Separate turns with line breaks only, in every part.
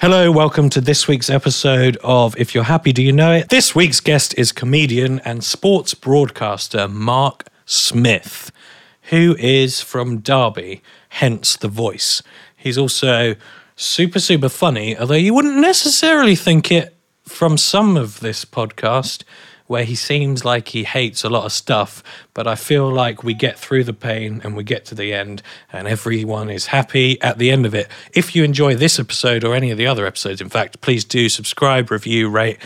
Hello, welcome to this week's episode of If You're Happy, Do You Know It? This week's guest is comedian and sports broadcaster Mark Smith, who is from Derby, hence the voice. He's also super, super funny, although you wouldn't necessarily think it from some of this podcast where he seems like he hates a lot of stuff, but I feel like we get through the pain and we get to the end and everyone is happy at the end of it. If you enjoy this episode or any of the other episodes, in fact, please do subscribe, review, rate,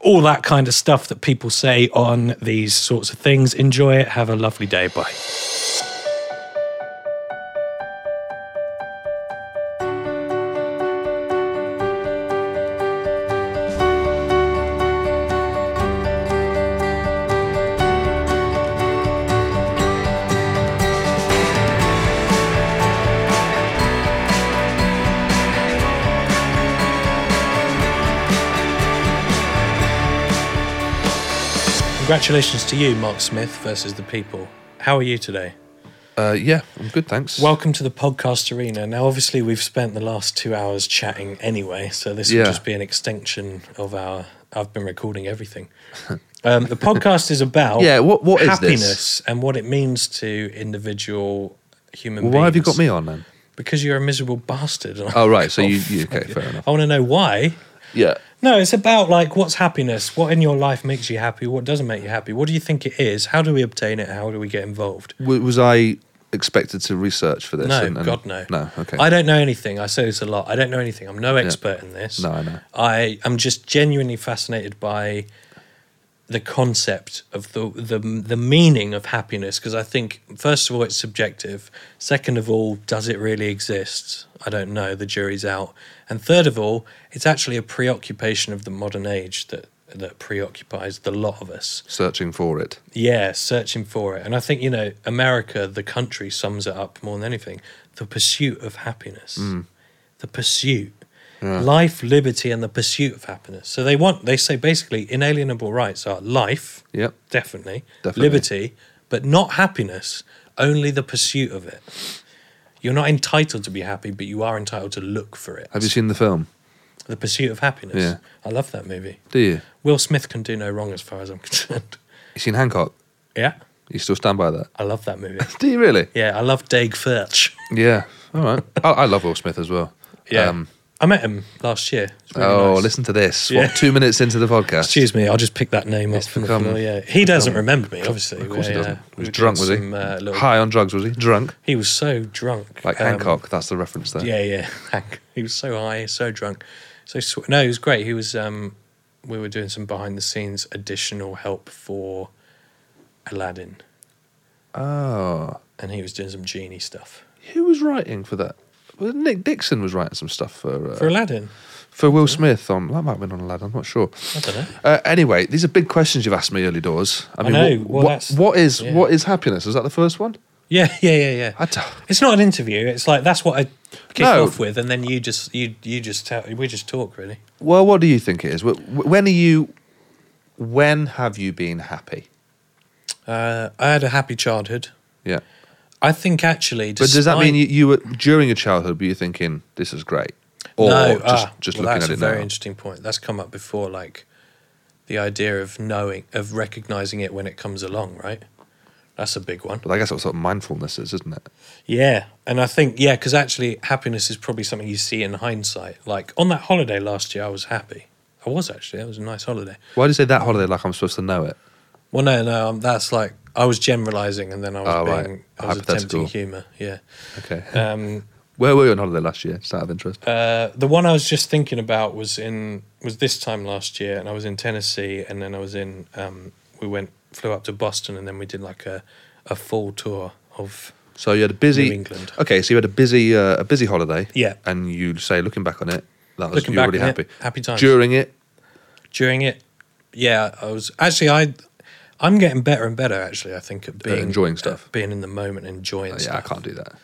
all that kind of stuff that people say on these sorts of things. Enjoy it. Have a lovely day. Bye. Congratulations to you, Mark Smith versus the people. How are you today?
Uh, yeah, I'm good, thanks.
Welcome to the podcast arena. Now, obviously, we've spent the last two hours chatting anyway, so this
Yeah.
will just be an extension of our. I've been recording everything. Um, the podcast is about
Yeah, what- what is this?
happiness and what it means to individual human
Well,
beings.
why have you got me on then?
Because you're a miserable bastard.
Oh, right. So you, you okay? Fair enough.
I want to know why.
Yeah.
No, it's about like what's happiness, what in your life makes you happy, what doesn't make you happy, what do you think it is, how do we obtain it, how do we get involved?
W- was I expected to research for this?
No,
and- and-
God, no.
No. Okay.
I don't know anything. I say this a lot. I don't know anything. I'm no expert in this.
No, I know.
I am just genuinely fascinated by the concept of the the the meaning of happiness because I think first of all it's subjective. Second of all, does it really exist? I don't know. The jury's out. And third of all, it's actually a preoccupation of the modern age that that preoccupies the lot of us.
Searching for it.
Yeah, searching for it. And I think, you know, America, the country, sums it up more than anything the pursuit of happiness.
Mm.
The pursuit. Life, liberty, and the pursuit of happiness. So they want, they say basically inalienable rights are life,
Yep.
definitely,
Definitely.
liberty, but not happiness, only the pursuit of it. You're not entitled to be happy, but you are entitled to look for it.
Have you seen the film?
the Pursuit of Happiness.
Yeah.
I love that movie.
Do you?
Will Smith can do no wrong as far as I'm concerned.
You seen Hancock?
yeah,
You still stand by that?
I love that movie.
Do you really?
Yeah, I love Dag Furch.
Yeah. All right. I, I love Will Smith as well. Um,
I met him last year. It's really
oh,
nice.
listen to this.
Yeah.
What? Two minutes into the podcast.
Excuse me, I'll just pick that name up from
become-
the floor. Yeah, he doesn't remember me, obviously.
Of course he
We, uh,
doesn't. He
we
was
did
drunk, was he?
some, uh, little-
High on drugs, was he? Drunk?
He was so drunk.
Like
um,
Hancock. That's the reference there.
Yeah, yeah, Hank. He was so high, so drunk, so sw- no, he was great. He was. Um, we were doing some behind the scenes additional help for Aladdin,
Oh.
and he was doing some genie stuff
Who was writing for that? Well, Nick Dixon was writing some stuff for uh,
for Aladdin.
for Will Smith on that might have been on Aladdin. I'm not sure.
I don't know.
Uh, anyway, these are big questions you've asked me early doors. I
know,
What,
well,
what-
that's-
what is
yeah.
what is happiness? Is that the first one?
Yeah, yeah, yeah, yeah.
I don't,
It's not an interview. It's like that's what I kick
No.
off with, and then you just you you just tell, we just talk really.
well, what do you think it is? Wh- wh- When are you? When have you been happy?
Uh, I had a happy childhood.
Yeah,
I think actually,
but does that mean
despite-
you, you were during your childhood? Were you thinking this is great, or
no,
just
ah,
just
well,
looking
that's
at
a
it
very
now?
interesting point. That's come up before, like the idea of knowing, of recognizing it when it comes along, right? That's a big one.
But I guess that's what mindfulness is, isn't it?
Yeah, and I think yeah, because actually, happiness is probably something you see in hindsight. Like on that holiday last year, I was happy. I was actually. That was a nice holiday.
Why do you say that holiday like I'm supposed to know it?
Well, no, no, um, that's like I was generalizing, and then I was
Oh, right.
being I was attempting
Hypothetical.
humor. Yeah.
Okay.
Um,
Where were you on holiday last year? Just out of interest.
uh, the one I was just thinking about was in was this time last year, and I was in Tennessee, and then I was in. Um, we went flew up to Boston, and then we did like a a full tour of
So you had a busy
New England.
Okay, so you had a busy uh, a busy holiday.
Yeah.
And you say, looking back on it, that was
Looking
you were
back
really
on
happy.
it, happy times.
During it,
during it. Yeah, I was actually I. I'm getting better and better, actually. I think at being
enjoying stuff.
at being in the moment, enjoying
oh, yeah, I
stuff.
can't do that.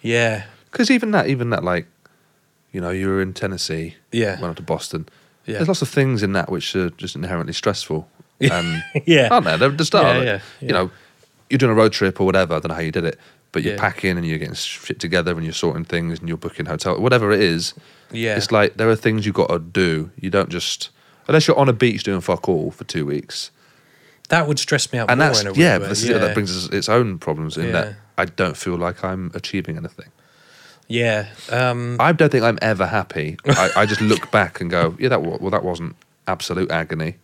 Yeah,
Because even that, even that, like, you know, you were in Tennessee.
Yeah.
Went up to Boston.
Yeah.
There's lots of things in that which are just inherently stressful. And
yeah.
aren't there? They're the start
Yeah,
of it.
yeah,
You know, you're doing a road trip or whatever. I don't know how you did it, but you're
Yeah.
packing and you're getting shit together and you're sorting things and you're booking hotel, whatever it is.
Yeah.
It's like there are things you got to do. You don't just unless you're on a beach doing fuck all for two weeks.
That would stress me out
And
more
that's
in a way.
yeah,
but
but this is-
yeah.
that brings us its own problems in
Yeah.
that I don't feel like I'm achieving anything.
yeah. Um,
I don't think I'm ever happy. I, I just look back and go, yeah, that wa- well, that wasn't absolute agony.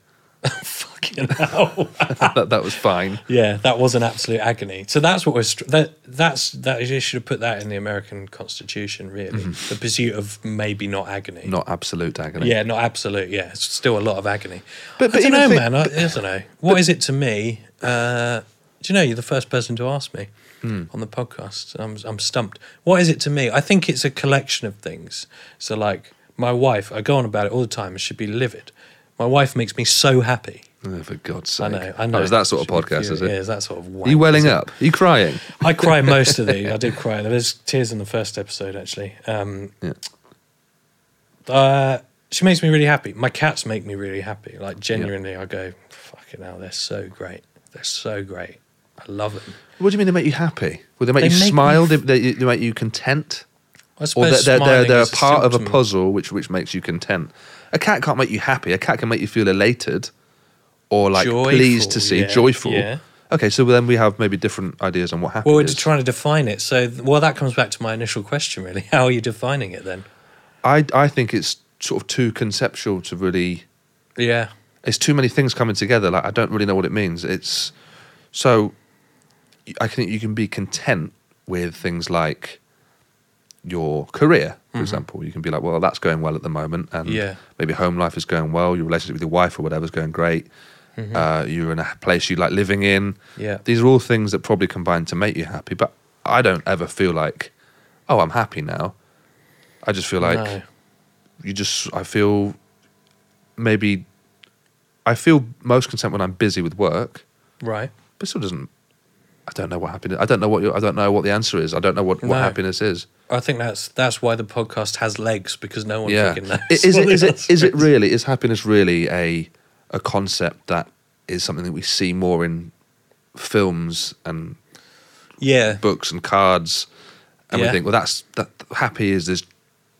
fucking hell.
that, that was fine.
yeah, that was an absolute agony. So that's what we're str- that that's that you should have put that in the American Constitution. Really, the pursuit of maybe not agony.
Mm-hmm. Not absolute agony.
Yeah, not absolute. Yeah, it's still a lot of agony.
But-
I
but
don't
even
know,
if it-
man. I, I don't know. What is it to me? Uh, do you know you're the first person to ask me
Hmm.
on the podcast? I'm I'm stumped. What is it to me? I think it's a collection of things. So like my wife, I go on about it all the time. and should be livid. My wife makes me so happy.
Oh, for God's
I
sake.
know. I know.
Oh, it's that sort of
Should be
podcast, is
furious. Yeah,
it?
it's that sort of.
Are
Wank,
you welling
isn't it?
up? Are you crying?
I cry most of these. I did cry. There was tears in the first episode actually. Um,
Yeah.
uh, she makes me really happy. My cats make me really happy. Like genuinely, I go, fucking hell, they're so great. They're so great. I love them.
What do you mean they make you happy? Well, they make
They
you
make me
smile? They, they, they make you content?
I
Or they're,
suppose
they're, they're,
smiling
they're a
is
part of a
symptom.
puzzle which, which makes you content. A cat can't make you happy. A cat can make you feel elated or like pleased to
Joyful,
see,
yeah,
joyful.
yeah.
Okay, so then we have maybe different ideas on what happy
Well, we're
is.
just trying to define it. So, th- well, that comes back to my initial question, really. How are you defining it then?
I, I think it's sort of too conceptual to really
Yeah.
it's too many things coming together. Like I don't really know what it means. It's so y- I think you can be content with things like your career, for example. You can be like, well, that's going well at the moment, and
Mm-hmm. Yeah.
maybe home life is going well. Your relationship with your wife or whatever is going great. Uh, you're in a place you like living in.
Mm-hmm. Yeah.
These are all things that probably combine to make you happy. But I don't ever feel like, oh, I'm happy now. I just feel like
No.
you just I feel maybe I feel most content when I'm busy with work,
Right.
but still doesn't. I don't know what happiness. I don't know what your, I don't know what the answer is. I don't know what, what
No.
happiness is.
I think that's that's why the podcast has legs because no one
Yeah,
fucking knows.
I- is it
what
is
the
it is it
answer
really is happiness really a a concept that is something that we see more in films and
Yeah.
books and cards, and we
Yeah.
think, well, that's that happy is this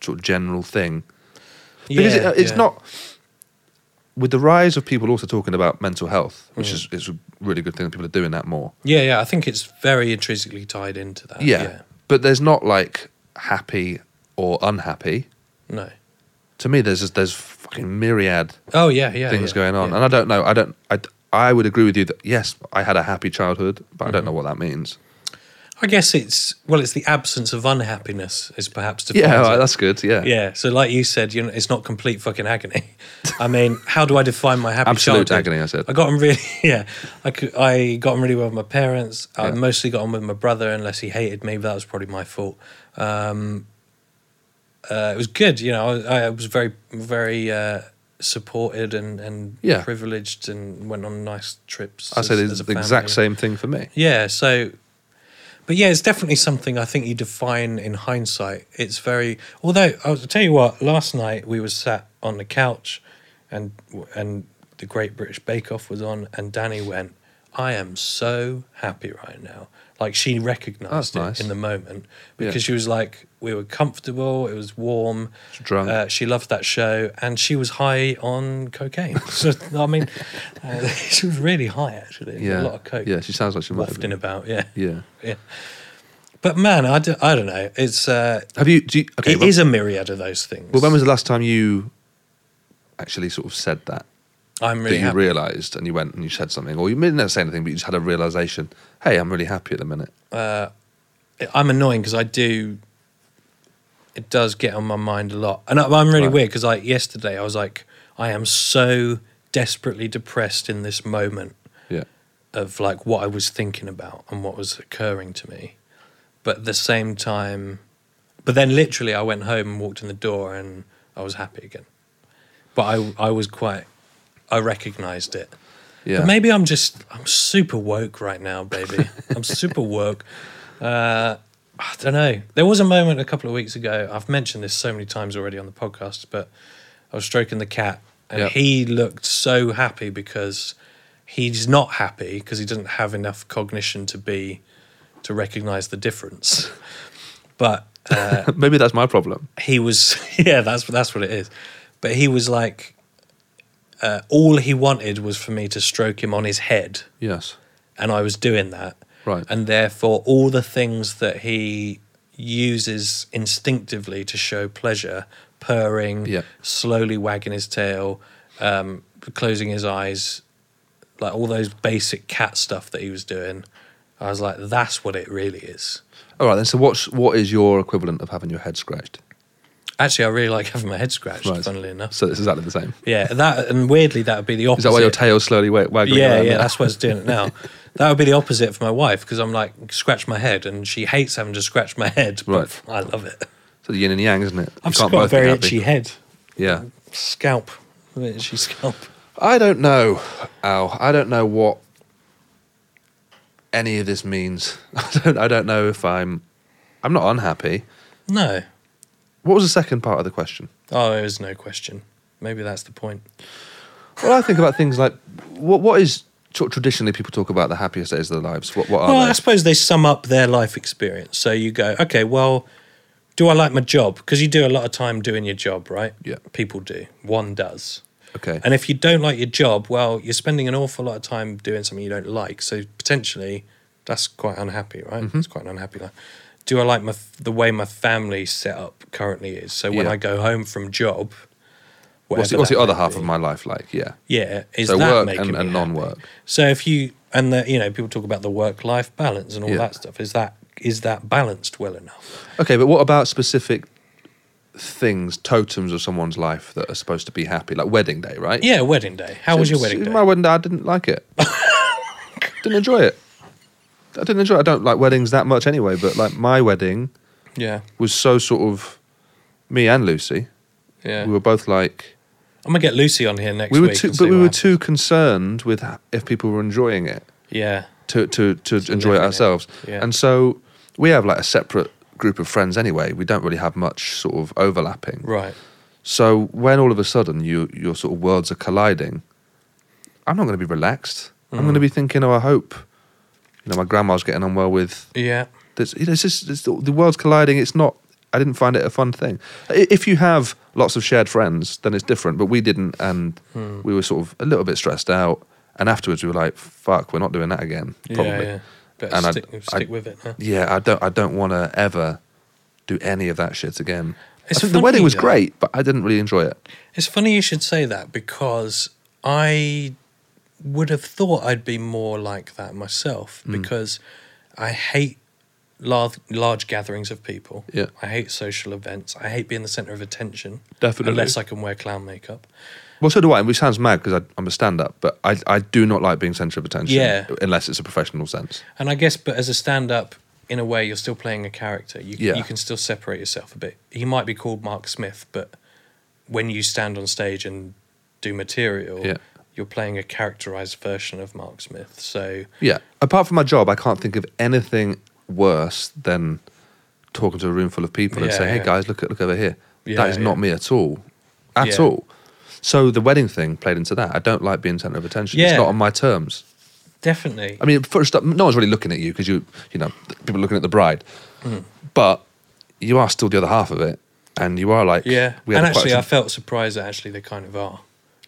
sort of general thing. because
yeah,
it, uh, it's
yeah.
not with the rise of people also talking about mental health, which
Mm.
is it's a really good thing that people are doing that more.
Yeah, yeah. I think it's very intrinsically tied into that.
yeah.
Uh, yeah.
but there's not like happy or unhappy.
No.
To me, there's just, there's fucking myriad
Oh yeah, yeah.
things
yeah,
going on,
yeah.
and I don't know. I don't. I I would agree with you that yes, I had a happy childhood, but I
Mm-hmm.
don't know what that means.
I guess it's well, it's the absence of unhappiness is perhaps defined.
Yeah,
it.
right, that's good. Yeah,
yeah. So, like you said, you know, it's not complete fucking agony. I mean, how do I define my happy
Absolute
childhood?
agony, I said.
I got on really, yeah. I could, I got on really well with my parents. I
Yeah.
mostly got on with my brother, unless he hated me. But that was probably my fault. Um, uh, it was good, you know. I, I was very, very. Uh, supported and and
Yeah.
privileged and went on nice trips
I said
as-
it's
as a
the
family.
exact same thing for me.
Yeah, so but yeah, it's definitely something I think you define in hindsight. It's very although I'll tell you what, last night we were sat on the couch and and the Great British Bake Off was on and Danny went, I am so happy right now. Like she recognized
That's
it
nice.
in the moment
Yeah.
because she was like we were comfortable, it was warm.
Drunk.
Uh, she loved that show and she was high on cocaine. so I mean, uh, she was really high actually. A
Yeah,
lot of coke
Yeah, she sounds like she might. have
wafting
been.
about. Yeah.
Yeah.
yeah. But man, I, do, I don't know. It's uh,
Have you? Do you
it
okay,
is
well-
a myriad of those things.
Well, when was the last time you actually sort of said that?
I'm really
that you
happy.
realised and you went and you said something, or you didn't say anything, but you just had a realisation. Hey, I'm really happy at the minute.
I'm annoying because I do. It does get on my mind a lot, and I, I'm really
Right.
weird because like yesterday I was like, I am so desperately depressed in this moment
Yeah,
of like what I was thinking about and what was occurring to me, but at the same time, but then literally I went home and walked in the door and I was happy again. But I I was quite I recognised it.
yeah.
But maybe I'm just I'm super woke right now, baby. I'm super woke. Uh, I don't know. There was a moment a couple of weeks ago. I've mentioned this so many times already on the podcast, but I was stroking the cat, and
Yep.
he looked so happy because he's not happy because he doesn't have enough cognition to be to recognize the difference. But uh,
Maybe that's my problem.
he was yeah that's that's what it is but he was like uh, all he wanted was for me to stroke him on his head
Yes.
and i was doing that
Right.
and therefore all the things that he uses instinctively to show pleasure purring
Yeah.
slowly wagging his tail um, closing his eyes like all those basic cat stuff that he was doing i was like that's what it really is
All right. Then. So what's what is your equivalent of having your head scratched?
actually i really like having my head scratched
Right.
funnily enough
So it's exactly the same.
Yeah, that and weirdly that would be the opposite.
Is that why your tail's slowly wa- waggling?
Yeah,
around
yeah,
now?
that's why it's doing it now. that would be the opposite for my wife because I'm like scratch my head, and she hates having to scratch my head. But I love it.
So the yin and yang, isn't it? You
I've
can't
just got a
both be
very
happy.
itchy head,
Yeah.
scalp, an itchy scalp.
I don't know, Al. I don't know what any of this means. I don't. I don't know if I'm. I'm not unhappy.
No,
What was the second part of the question?
oh, there is no question. Maybe that's the point.
Well, I think about things like what what is tr- traditionally people talk about the happiest days of their lives. What what are
well,
they?
I suppose they sum up their life experience. So you go, okay, well, do I like my job? Because you do a lot of time doing your job, right?
Yeah.
People do. One does.
Okay.
And if you don't like your job, well, you're spending an awful lot of time doing something you don't like. So potentially, that's quite unhappy, right?
Mm-hmm.
It's quite an unhappy life. Do I like my f- the way my family set up currently is? So when
Yeah.
I go home from job,
what's the,
whatever
what's the
that
other
may
half
be,
of my life like? Yeah.
Yeah, is
So
that
work
making
and-
me
and
happy?
non-work.
So if you and the you know people talk about the work life balance and all
Yeah.
that stuff, is that is that balanced well enough?
Okay, but what about specific things, totems of someone's life that are supposed to be happy, like wedding day, right?
Yeah, wedding day. How was your
It's-
wedding day? Oh
My wedding day, I didn't like it. didn't enjoy it. I didn't enjoy. it. I don't like weddings that much anyway. But like my wedding
yeah,
was so sort of me and Lucy.
yeah.
We were both like
I'm gonna get Lucy on here next
we were
week.
too,
and
but
see
we
what
were
happens.
too concerned with h- if people were enjoying it
Yeah,
to to to enjoy it
living it.
ourselves.
Yeah.
And so we have like a separate group of friends anyway. We don't really have much sort of overlapping.
right.
So when all of a sudden you your sort of worlds are colliding, I'm not going to be relaxed. I'm
Mm.
going to be thinking, oh, I hope, you know, my grandma's getting on well with
Yeah.
this. You know, it's just it's, the world's colliding. It's not. I didn't find it a fun thing. I- If you have lots of shared friends, then it's different. But we didn't, and
Hmm.
we were sort of a little bit stressed out. And afterwards, we were like, "Fuck, we're not doing that again." Probably.
Yeah, yeah. Better
And I'd-
stick, stick with it. Huh?
Yeah, I don't. I don't want to ever do any of that shit again.
It's
I- the wedding
funny
was
though.
great, but I didn't really enjoy it.
It's funny you should say that because I would have thought I'd be more like that myself
Hmm.
because I hate large, large gatherings of people.
Yeah.
I hate social events. I hate being the center of attention.
Definitely.
Unless I can wear clown makeup.
Well, so do I, which sounds mad because I'm a stand-up, but I, I do not like being centre of attention.
Yeah.
Unless it's a professional sense.
And I guess, but as a stand up, in a way, you're still playing a character. You,
Yeah.
you can still separate yourself a bit. He might be called Mark Smith, but when you stand on stage and do material,
Yeah.
you're playing a characterized version of Mark Smith. So,
Yeah. Apart from my job, I can't think of anything worse than talking to a room full of people and
Yeah,
saying, "Hey
yeah.
guys, look at look over here."
Yeah,
that is not
yeah.
me at all, at
Yeah.
all. So the wedding thing played into that. I don't like being centre of attention. It's
Yeah.
not on my terms.
definitely.
I mean, first up, no one's really looking at you because you, you know, people are looking at the bride,
Hmm.
but you are still the other half of it, and you are like,
yeah.
we
and
had quite
actually,
some- Hmm.
I felt surprised that actually they kind of are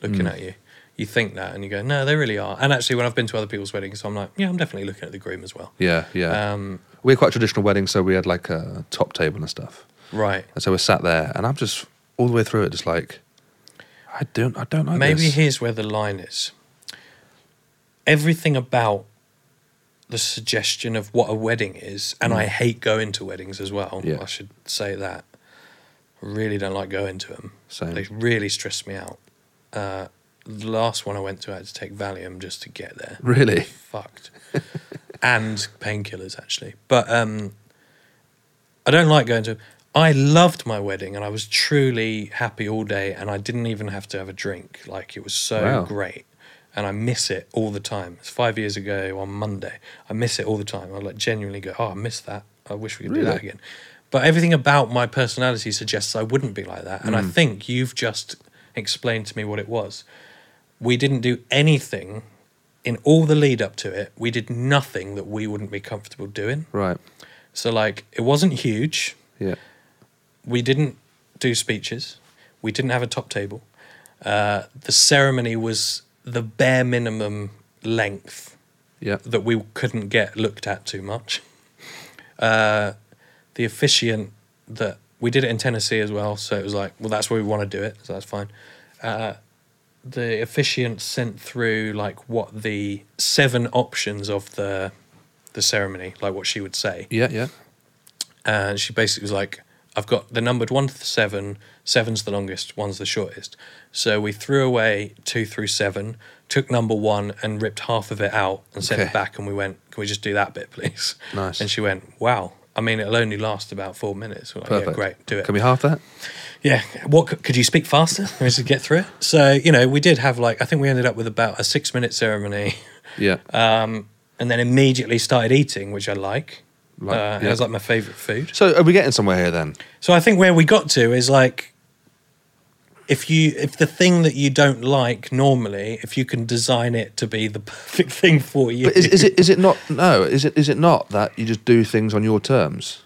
looking at you. You think that and you go, no, they really are. And actually, when I've been to other people's weddings, I'm like, yeah, I'm definitely looking at the groom as well.
Yeah, yeah.
Um,
we had quite a traditional wedding, so we had like a top table and stuff.
right.
And so we sat there, and I'm just all the way through it, just like, I don't, I don't like
Maybe
this.
here's where the line is. Everything about the suggestion of what a wedding is, and I hate going to weddings as well.
Mm. Yeah.
I should say that. I really don't like going to them.
Same.
They really stress me out. Uh, the last one I went to, I had to take Valium just to get there.
really,
fucked. and painkillers actually. But um I don't like going to I loved my wedding and I was truly happy all day and I didn't even have to have a drink. Like it was so
Wow.
great. And I miss it all the time. It's five years ago on Monday. I miss it all the time. I like genuinely go, Oh, I miss that. I wish we could do that
Really?
again. But everything about my personality suggests I wouldn't be like that. And I think you've just explained to me what it was we didn't do anything in all the lead up to it, we did nothing that we wouldn't be comfortable doing.
Right.
So, like, it wasn't huge.
Yeah.
We didn't do speeches. We didn't have a top table. Uh, the ceremony was the bare minimum length
Yeah.
that we couldn't get looked at too much. Uh, the officiant that we did it in Tennessee as well, so it was like, well, that's where we want to do it, so that's fine. Uh, the officiant sent through like what the seven options of the the ceremony, like what she would say
Yeah. Yeah.
and she basically was like, "I've got the numbered one to seven. Seven's the longest. One's the shortest." So we threw away two through seven, took number one and ripped half of it out and sent
Okay.
it back. And we went, "Can we just do that bit, please?"
Nice.
And she went, "Wow." I mean, it'll only last about four minutes. We're like,
Perfect.
Yeah, great. Do it.
Can we half that?
yeah. What c- could you speak faster? Can we just get through it? So you know, we did have like I think we ended up with about a six-minute ceremony,
Yeah.
Uh, and then immediately started eating, which I like.
Right,
Uh, It
yeah.
was like my favorite food.
so are we getting somewhere here then?
So I think where we got to is like if you if the thing that you don't like normally, if you can design it to be the perfect thing for you.
But is, is it is it not? No. Is it is it not that you just do things on your terms?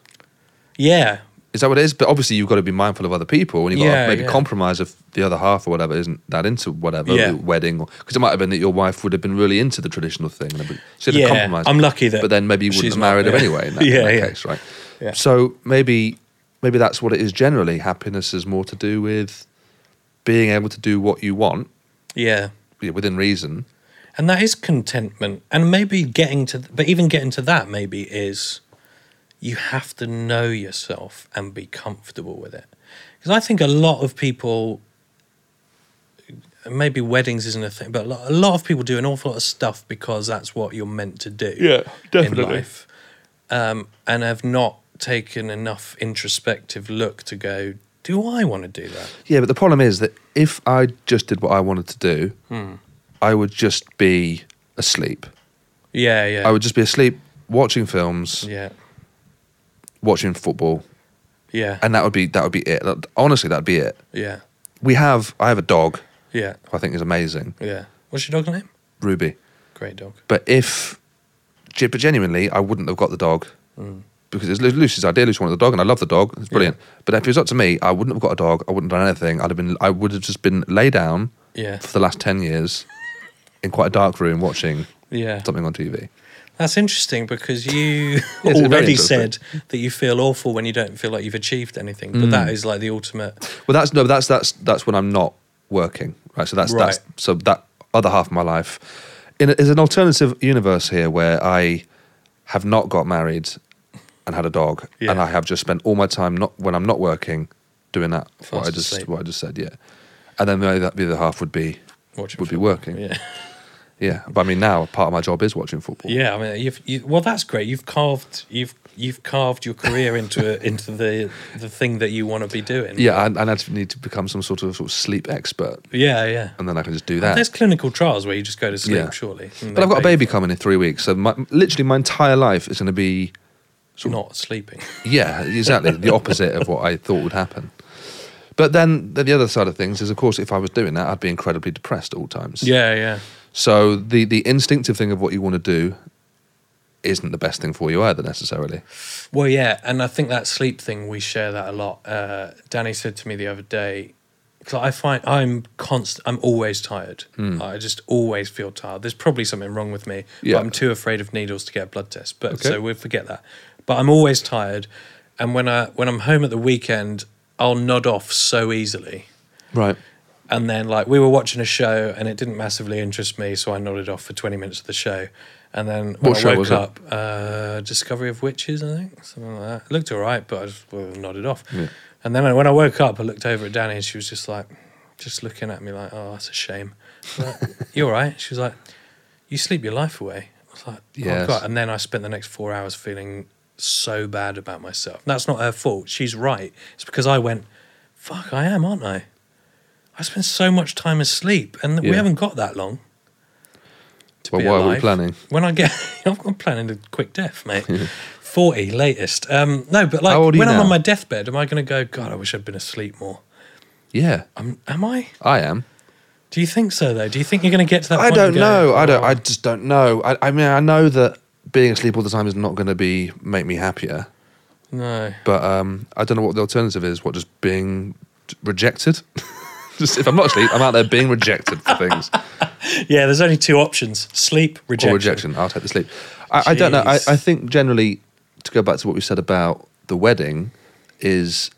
yeah.
Is that what it is? But obviously, you've got to be mindful of other people, and you've got
Yeah,
to maybe
yeah.
compromise if the other half or whatever isn't that into whatever
Yeah.
the wedding, because it might have been that your wife would have been really into the traditional thing, and she
Yeah,
had compromise.
I'm lucky that
but then maybe you wouldn't
she's
have married
not,
her
yeah.
anyway. In that, in
Yeah,
that
yeah.
case, right?
Yeah.
So maybe maybe that's what it is. Generally, happiness is more to do with being able to do what you want
Yeah.
yeah, within reason.
And that is contentment. And maybe getting to but even getting to that maybe is you have to know yourself and be comfortable with it. Cuz I think a lot of people uh, maybe weddings isn't a thing, but a lot, a lot of people do an awful lot of stuff because that's what you're meant to do. in life, um, and have not taken enough introspective look to go, do I want to do that?
Yeah, but the problem is that if I just did what I wanted to do,
Hmm.
I would just be asleep.
Yeah, yeah,
I would just be asleep watching films,
yeah,
watching football,
yeah,
and that would be that would be it. That- Honestly, that'd be it.
yeah,
We have I have a dog
yeah,
who I think is amazing,
yeah. What's your dog's name?
Ruby.
Great dog.
But if ge- but genuinely, I wouldn't have got the dog. Because it's Lu- Lucy's idea. Lucy wanted the dog, and I love the dog. It's brilliant. But if it was up to me, I wouldn't have got a dog. I wouldn't have done anything. I'd have been. I would have just been lay down
Yeah,
for the last ten years in quite a dark room watching
yeah.
something on TV.
That's interesting because you
it's very
already
interesting.
said that you feel awful when you don't feel like you've achieved anything,
Mm.
but that is like the ultimate.
Well, that's no, that's that's that's when I'm not working, right? So that's that's
Right.
so that other half of my life in a, is an alternative universe here where I have not got married and had a dog,
Yeah.
and I have just spent all my time not when I'm not working doing that what I
Fast
just
asleep.
what I just said, yeah. And then maybe that the other half would be
Watching
would be
football.
working, yeah.
Yeah,
But I mean, now part of my job is watching football.
yeah. I mean, you've you, well, that's great. You've carved you've you've carved your career into a, into the the thing that you want to be doing.
Yeah, and, and I need to become some sort of, sort of sleep expert,
yeah, yeah.
and then I can just do that.
There's clinical trials where you just go to sleep,
Yeah.
surely. and
But
they
I've got a
pay
baby coming in three weeks, so my, literally my entire life is going to be,
for Not sleeping.
yeah, exactly the opposite of what I thought would happen. But then the the other side of things is, of course, if I was doing that, I'd be incredibly depressed at all times.
Yeah, yeah.
So the the instinctive thing of what you want to do isn't the best thing for you either necessarily.
Well, yeah. And I think that sleep thing, we share that a lot. Uh, Danny said to me the other day, because I find I'm constant, I'm always tired. I just always feel tired. There's probably something wrong with me.
Hmm. Yeah.
But I'm too afraid of needles to get a blood test. But
Okay.
so we'll forget that. But I'm always tired. And when I when I'm home at the weekend, I'll nod off so easily.
Right.
And then, like, we were watching a show and it didn't massively interest me, so I nodded off for 20 minutes of the show. And then when
What
I
show
woke
was it?
up, uh, Discovery of Witches, I think, something like that. It looked all right, but I just well, nodded off.
Yeah.
And then I- when I woke up, I looked over at Danny and she was just like, just looking at me like, oh, that's a shame. I was like, you all right? She was like, you sleep your life away. I was like, oh,
Yes.
God. And then I spent the next four hours feeling so bad about myself. That's not her fault. She's right. It's because I went, fuck, I am, aren't I? I spend so much time asleep, and
Yeah.
we haven't got that long. To
Well,
be
why are we
alive.
planning?
When I get, I'm planning a quick death, mate. Forty latest. Um, no, but like
How old are you
when I'm
now?
on my deathbed, am I going to go? God, I wish I'd been asleep more.
Yeah,
Um, am I?
I am.
Do you think so though? Do you think you're going to get to that?
I
point
don't
and go,
know. I don't.
"Oh,
I just don't know. I, I mean, I know that being asleep all the time is not going to be make me happier.
no.
But um, I don't know what the alternative is. What just being rejected? just if I'm not asleep, I'm out there being rejected for things
Yeah, there's only two options: sleep, rejection.
or rejection. I'll take the sleep. I, I don't know. I,
Jeez.
I think generally to go back to what we said about the wedding is.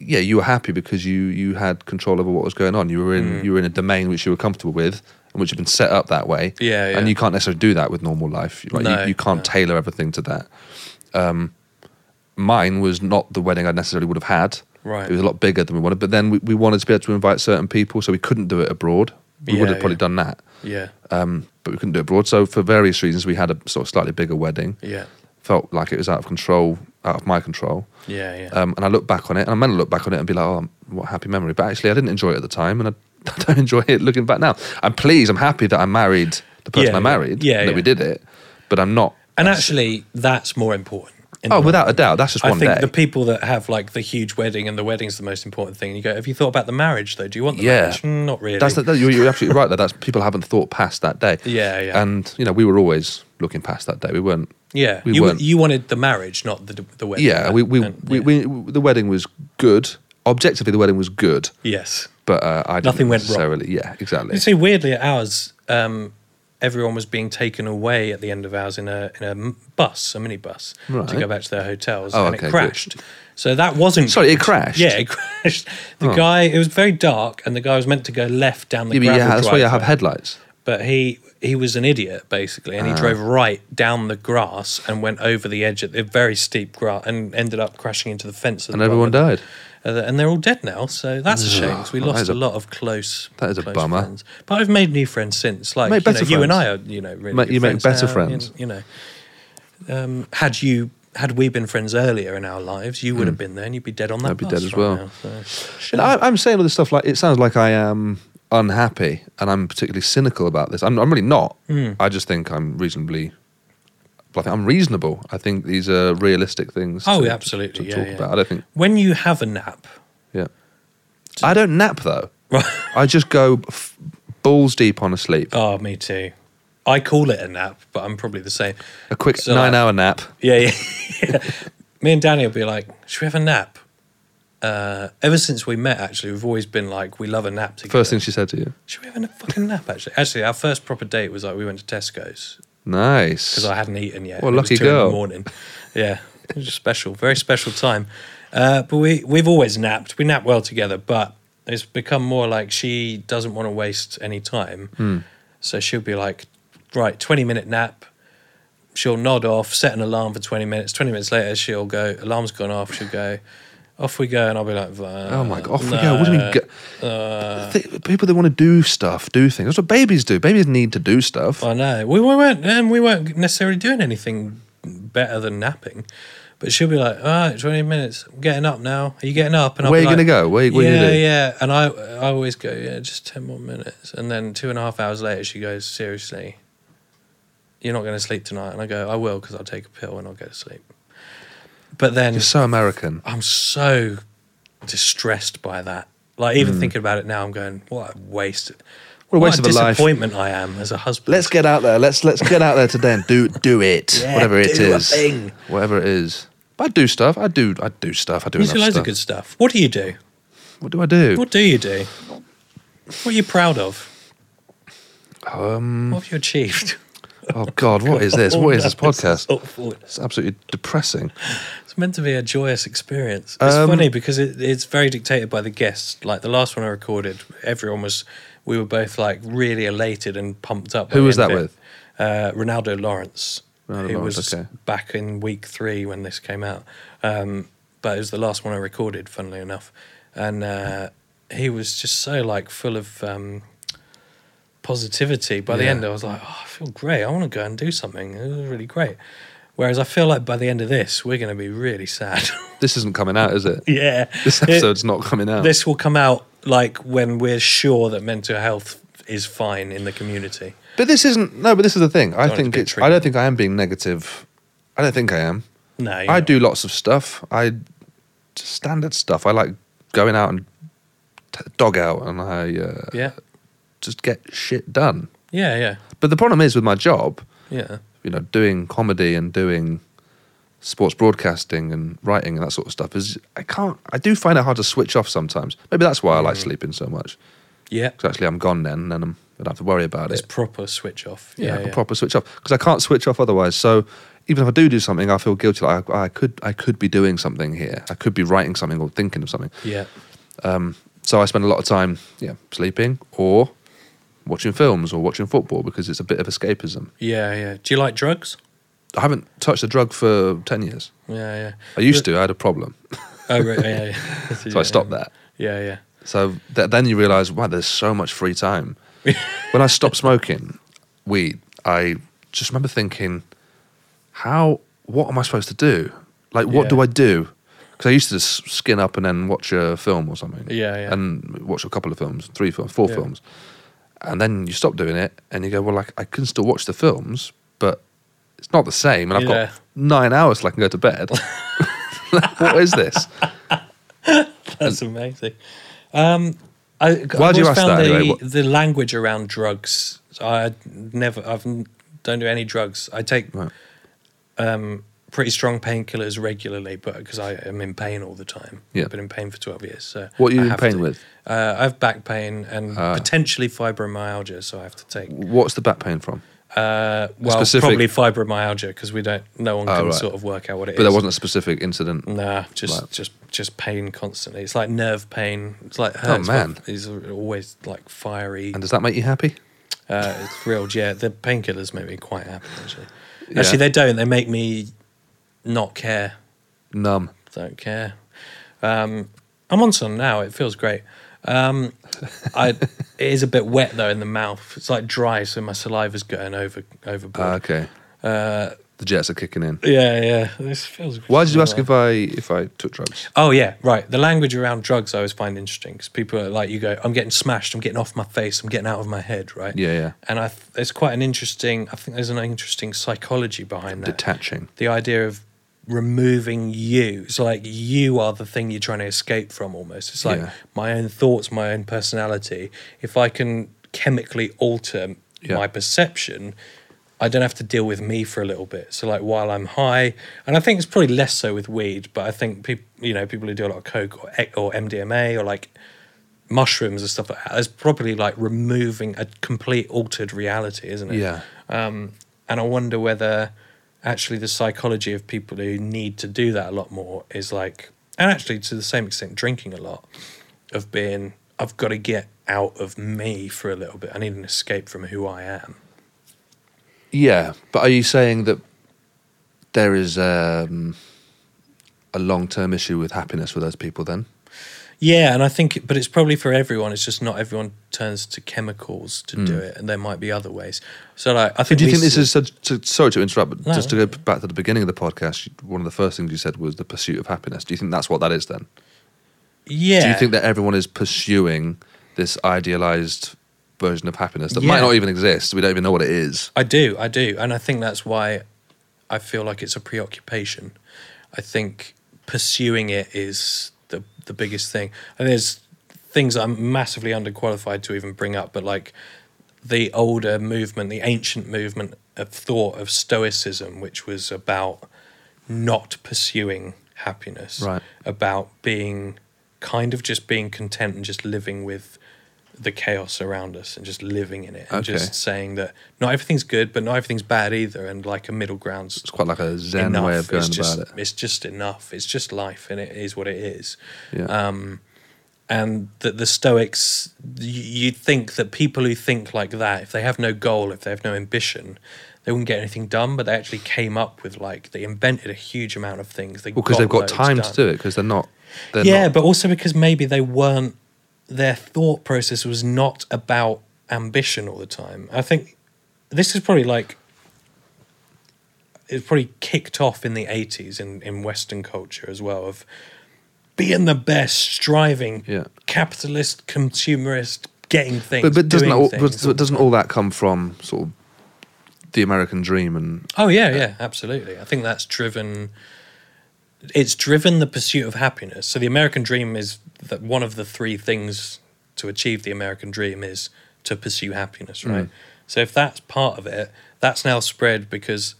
Yeah, you were happy because you you had control over what was going on. You were
Mm.
in you were in a domain which you were comfortable with and which had been set up that way.
Yeah, yeah.
And you can't necessarily do that with normal life. Like,
No,
you, you can't
no.
tailor everything to that. Um, mine was not the wedding I necessarily would have had.
Right.
It was a lot bigger than we wanted, but then we, we wanted to be able to invite certain people, so we couldn't do it abroad. We
Yeah,
would have probably
yeah.
done that,
Yeah,
um, but we couldn't do it abroad. So for various reasons, we had a sort of slightly bigger wedding.
yeah,
Felt like it was out of control, out of my control.
yeah, yeah.
Um, and I look back on it, and I'm meant to look back on it and be like, oh, what a happy memory. But actually, I didn't enjoy it at the time, and I, I don't enjoy it looking back now. I'm pleased, I'm happy that I married the person
Yeah,
I married,
yeah,
that
yeah.
we did it, but I'm not.
and actually, that's more important. in
Oh,
the
without a doubt, that's just
I
one
think
day.
the people that have like the huge wedding and the wedding's the most important thing. And you go, have you thought about the marriage though? Do you want the
Yeah.
marriage? Mm, Not really.
That's the, that, you're, you're absolutely right. There, that's people haven't thought past that day.
Yeah, yeah.
And you know, we were always looking past that day. We weren't.
yeah,
we
you
weren't-
you wanted the marriage, not the the wedding.
Yeah, we we,
And-
we, we, the wedding was good. Objectively, the wedding was good,
yes.
but uh, I didn't
Nothing went wrong.
necessarily. Yeah, exactly.
You see, weirdly at ours, um, everyone was being taken away at the end of ours in a in a m- bus, a minibus, to
Right.
go back to their hotels,
Oh,
and
okay,
it
good.
crashed. So that wasn't
Sorry, it
good.
crashed? Oh.
Yeah, it crashed. The guy, it was very dark, and the guy was meant to go left down the.
Yeah, but yeah,
gravel
that's why you have
driveway.
headlights.
but he he was an idiot basically, and he
Ah.
drove right down the grass and went over the edge at the very steep grass and ended up crashing into the fence. at
And
the
everyone
bottom.
died.
Uh, and they're all dead now, so that's a shame. 'cause we
Ugh, that
lost
is
a,
a-
lot of close.
that is a
close
bummer.
Friends. But I've made new friends since. Like you,
Make
know,
better
you and I are,
friends.
you know, really
Make-
good
you make better
now, and,
friends.
You, know, um, had you had we been friends earlier in our lives, you would have been there, and you'd be dead on that.
Hmm. I'd be dead
bus
as
right
well.
now, so.
And I, I'm saying all this stuff like it sounds like I am unhappy and I'm particularly cynical about this. I'm, I'm really not.
Hmm.
I just think I'm reasonably. I think I'm reasonable. I think these are realistic things.
Oh,
to-
yeah, absolutely,
To
yeah,
talk
yeah.
about. I don't think.
When you have a nap,
Yeah. I don't nap though.
right?
I just go f- balls deep on a sleep.
Oh, me too. I call it a nap, but I'm probably the same.
A quick
so,
nine
uh,
hour nap.
Yeah, yeah. yeah. me and Danny will be like, should we have a nap? Uh, ever since we met, actually, we've always been like, we love a nap together.
First thing she said to you.
should we have a fucking nap? Actually, actually, our first proper date was like we went to Tesco's
Nice.
because I hadn't eaten yet.
What
It
a
was
lucky
two in
girl.
the morning. Yeah, it was special, very special time. Uh, but we we've always napped. We nap well together, but it's become more like she doesn't want to waste any time,
Hmm.
so she'll be like, right, twenty minute nap. She'll nod off, set an alarm for twenty minutes. Twenty minutes later, she'll go, alarm's gone off. She'll go, off we go, and I'll be like,
Oh my god! Off we go. What do you mean?
no. Uh.
Go? Th- people that want to do stuff, do things. That's what babies do. Babies need to do stuff.
I know. We, we weren't um, we weren't necessarily doing anything better than napping. But she'll be like, all right, 20 minutes. I'm getting up now. Are you getting up? And
Where you
going
gonna go? Where you- what you
yeah,
gonna do?"
yeah. And I, I always go, yeah, just 10 more minutes. And then two and a half hours later, she goes, seriously, you're not going to sleep tonight. And I go, I will because I'll take a pill and I'll go to sleep. But then
You're so American.
I'm so distressed by that. Like, even thinking about it now, I'm going, what a waste.
Hmm. What a waste of a life.
disappointment I am as a husband.
Let's get out there. Let's let's get out there today and do do it.
Yeah,
whatever it
do a
is.
thing.
Whatever it is. But I do stuff. I do I do stuff. I do
You
enough
do loads
stuff.
of good stuff. What do you do?
What do I do?
What do you do? What are you proud of? Um, what have you achieved?
Oh god, what is this? What is this podcast?
awful.
It's absolutely depressing.
It's meant to be a joyous experience. It's
Um,
funny because it, it's very dictated by the guests. Like the last one I recorded, everyone was, we were both like really elated and pumped up. by
Who
the
was
end
that
of it.
with?
Uh, Ronaldo Lawrence.
Ronaldo
who
Lawrence,
was
okay.
back in week three when this came out. Um, but it was the last one I recorded, funnily enough. And uh, he was just so like full of um, positivity. By the
Yeah.
end, I was like, oh, I feel great. I want to go and do something. It was really great. Whereas I feel like by the end of this, we're going to be really sad.
This isn't coming out, is it?
yeah.
This
It-
episode's not coming out.
this will come out like when we're sure that mental health is fine in the community.
But this isn't no. But this is the thing. I
Don't
think
be
it,
tricky.
I don't think I am being negative. I don't think I am.
No. you're
I
not.
do lots of stuff. I just standard stuff. I like going out and t- dog out, and I uh,
Yeah.
just get shit done.
Yeah, yeah,
But the problem is with my job,
yeah.
you know, doing comedy and doing sports broadcasting and writing and that sort of stuff is I can't. I do find it hard to switch off sometimes. Maybe that's why I like sleeping so much.
Yeah.
Because actually, I'm gone then, and I'm, I don't have to worry about
It's
it.
proper switch off.
Yeah, I
Yeah,
can
yeah.
proper switch off because I can't switch off otherwise. So even if I do do something, I feel guilty. Like I, I could, I could be doing something here. I could be writing something or thinking of something.
yeah.
So I spend a lot of time, yeah, sleeping or watching films or watching football because it's a bit of escapism.
Yeah, yeah. Do you like drugs?
I haven't touched a drug for ten years.
Yeah, yeah.
I used to. I had a problem,
Oh, right. Yeah, yeah.
so I stopped that.
Yeah, yeah.
So th- then you realise, wow, there's so much free time. when I stopped smoking weed, I just remember thinking, how? What am I supposed to do? Like, what
Yeah.
do I do? Because I used to just skin up and then watch a film or something.
Yeah, yeah.
And watch a couple of films, three films, four
Yeah.
films, and then you stop doing it, and you go, well, like I can still watch the films, but it's not the same, and I've
Yeah.
got nine hours till I can go to bed. what is this?
That's amazing. Um, I,
Why'd you ask that
the,
anyway? What-
the language around drugs. I never. I've n- don't do any drugs. I take
Right.
um, pretty strong painkillers regularly, but because I am in pain all the time.
Yeah.
I've been in pain for twelve years. So
What are you
I
in
have
pain
to-
with?
Uh, I have back pain and
Ah.
potentially fibromyalgia, so I have to take.
What's the back pain from?
Uh, well,
specific-
probably fibromyalgia because we don't. No one
Oh,
can
right.
sort of work out what it is.
But there wasn't a specific incident.
Nah, just
Right.
just just pain constantly. It's like nerve pain. It's like
Oh,
hurts.
man.
it's always like fiery.
And does that make you happy?
Uh, it's real. Yeah, the painkillers make me quite happy actually.
Yeah.
Actually, they don't. They make me not care.
Numb.
Don't care. Um, I'm on some now. It feels great. Um, I it is a bit wet though in the mouth. It's like dry, so my saliva's going over overboard.
Ah, okay. the jets are kicking in.
yeah, yeah. This feels.
Why did you ask
alright.
if I if I took drugs?
Oh yeah, right. The language around drugs I always find interesting because people are like, you go, I'm getting smashed, I'm getting off my face, I'm getting out of my head, right?
Yeah, yeah.
And I, th- it's quite an interesting. I think there's an interesting psychology behind that.
Detaching.
the idea of removing you. It's like you are the thing you're trying to escape from. Almost. It's like
Yeah.
my own thoughts, my own personality. If I can chemically alter
Yeah.
my perception. I don't have to deal with me for a little bit. So like while I'm high, and I think it's probably less so with weed, but I think people, you know, people who do a lot of coke or ec- or MDMA or like mushrooms and stuff like that, it's probably like removing a complete altered reality, isn't it?
Yeah.
Um, And I wonder whether actually the psychology of people who need to do that a lot more is like, and actually to the same extent, drinking a lot of being, I've got to get out of me for a little bit. I need an escape from who I am.
Yeah. But are you saying that there is um, a long term issue with happiness with those people then?
Yeah, and I think, but it's probably for everyone. It's just not everyone turns to chemicals to do it, and there might be other ways. So, like, I think.
Hmm. Do you
we
think this
see-
is such, so- sorry to interrupt, but
No,
just to go back to the beginning of the podcast, you- one of the first things you said was the pursuit of happiness. Do you think that's what that is then?
Yeah.
Do you think that everyone is pursuing this idealized version of happiness that might
Yeah.
not even exist? We don't even know what it is.
I do, I do, and I think that's why I feel like it's a preoccupation. I think pursuing it is the the biggest thing. And there's things I'm massively underqualified to even bring up, but like the older movement, the ancient movement of thought of Stoicism, which was about not pursuing happiness,
Right.
about being kind of just being content and just living with the chaos around us and just living in it and
Okay.
just saying that not everything's good, but not everything's bad either, and like a middle ground's
It's quite like a Zen
enough.
way of going
it's just,
about it.
It's just enough. It's just life, and it is what it is.
Yeah.
um, And that the Stoics, y- you'd think that people who think like that, if they have no goal, if they have no ambition, they wouldn't get anything done. But they actually came up with like they invented a huge amount of things. They
Well, because they've got
loads
time
done.
to do it because they're not. They're
yeah,
not,
but also because maybe they weren't. Their thought process was not about ambition all the time. I think this is probably like it's probably kicked off in the eighties in in Western culture as well of being the best, striving,
Yeah.
capitalist, consumerist, getting things.
but, but doesn't
doing
all,
things.
but doesn't all that come from sort of the American dream and
Oh yeah, yeah, absolutely. I think that's driven. It's driven the pursuit of happiness. So the American dream is that one of the three things to achieve the American dream is to pursue happiness, right? So if that's part of it, that's now spread because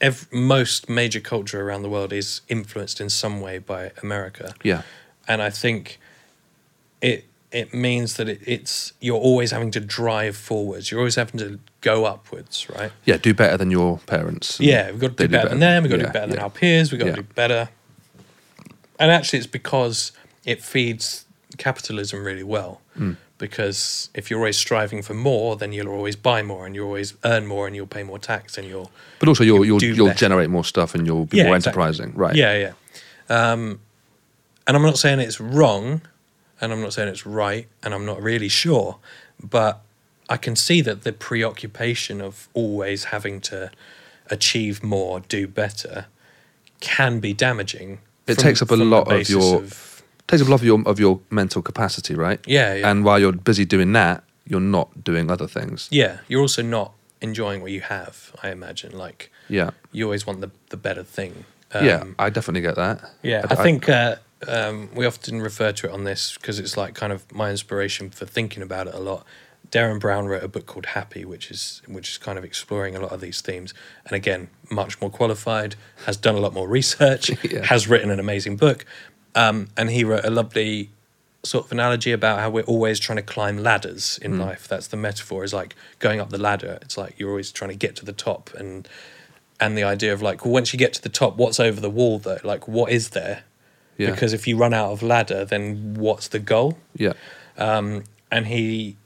ev most major culture around the world is influenced in some way by America
Yeah.
and I think it it means that it, it's you're always having to drive forwards. You're always having to go upwards, right?
Yeah. Do better than your parents. and
Yeah, we've got to
they
do better than them. We've got to
Yeah,
do better than
yeah.
our peers. We've got
Yeah.
to do better. And actually, it's because it feeds capitalism really well.
Hmm.
Because if you're always striving for more, then you'll always buy more, and you'll always earn more, and you'll pay more tax, and you'll
But also, you'll you'll,
do
you'll
better.
generate more stuff and you'll be
Yeah,
more
exactly.
enterprising, right?
Yeah, yeah. Um, and I'm not saying it's wrong, and I'm not saying it's right, and I'm not really sure, but I can see that the preoccupation of always having to achieve more, do better, can be damaging.
It takes up a
the
lot of
basis
your- takes up a lot of your of your mental capacity, right?
yeah, yeah,
And while you're busy doing that, you're not doing other things.
yeah. You're also not enjoying what you have. I imagine, like
Yeah.
you always want the the better thing. Um,
yeah, I definitely get that.
Yeah, I,
d-
think uh, um, we often refer to it on this because it's like kind of my inspiration for thinking about it a lot. Darren Brown wrote a book called Happy, which is which is kind of exploring a lot of these themes, and again, much more qualified, has done a lot more research,
Yeah.
has written an amazing book, um, and he wrote a lovely sort of analogy about how we're always trying to climb ladders in life. That's the metaphor is like going up the ladder. It's like you're always trying to get to the top and and the idea of like, well, once you get to the top, what's over the wall though? Like, what is there?
Yeah.
Because if you run out of ladder, then what's the goal?
yeah,
And he,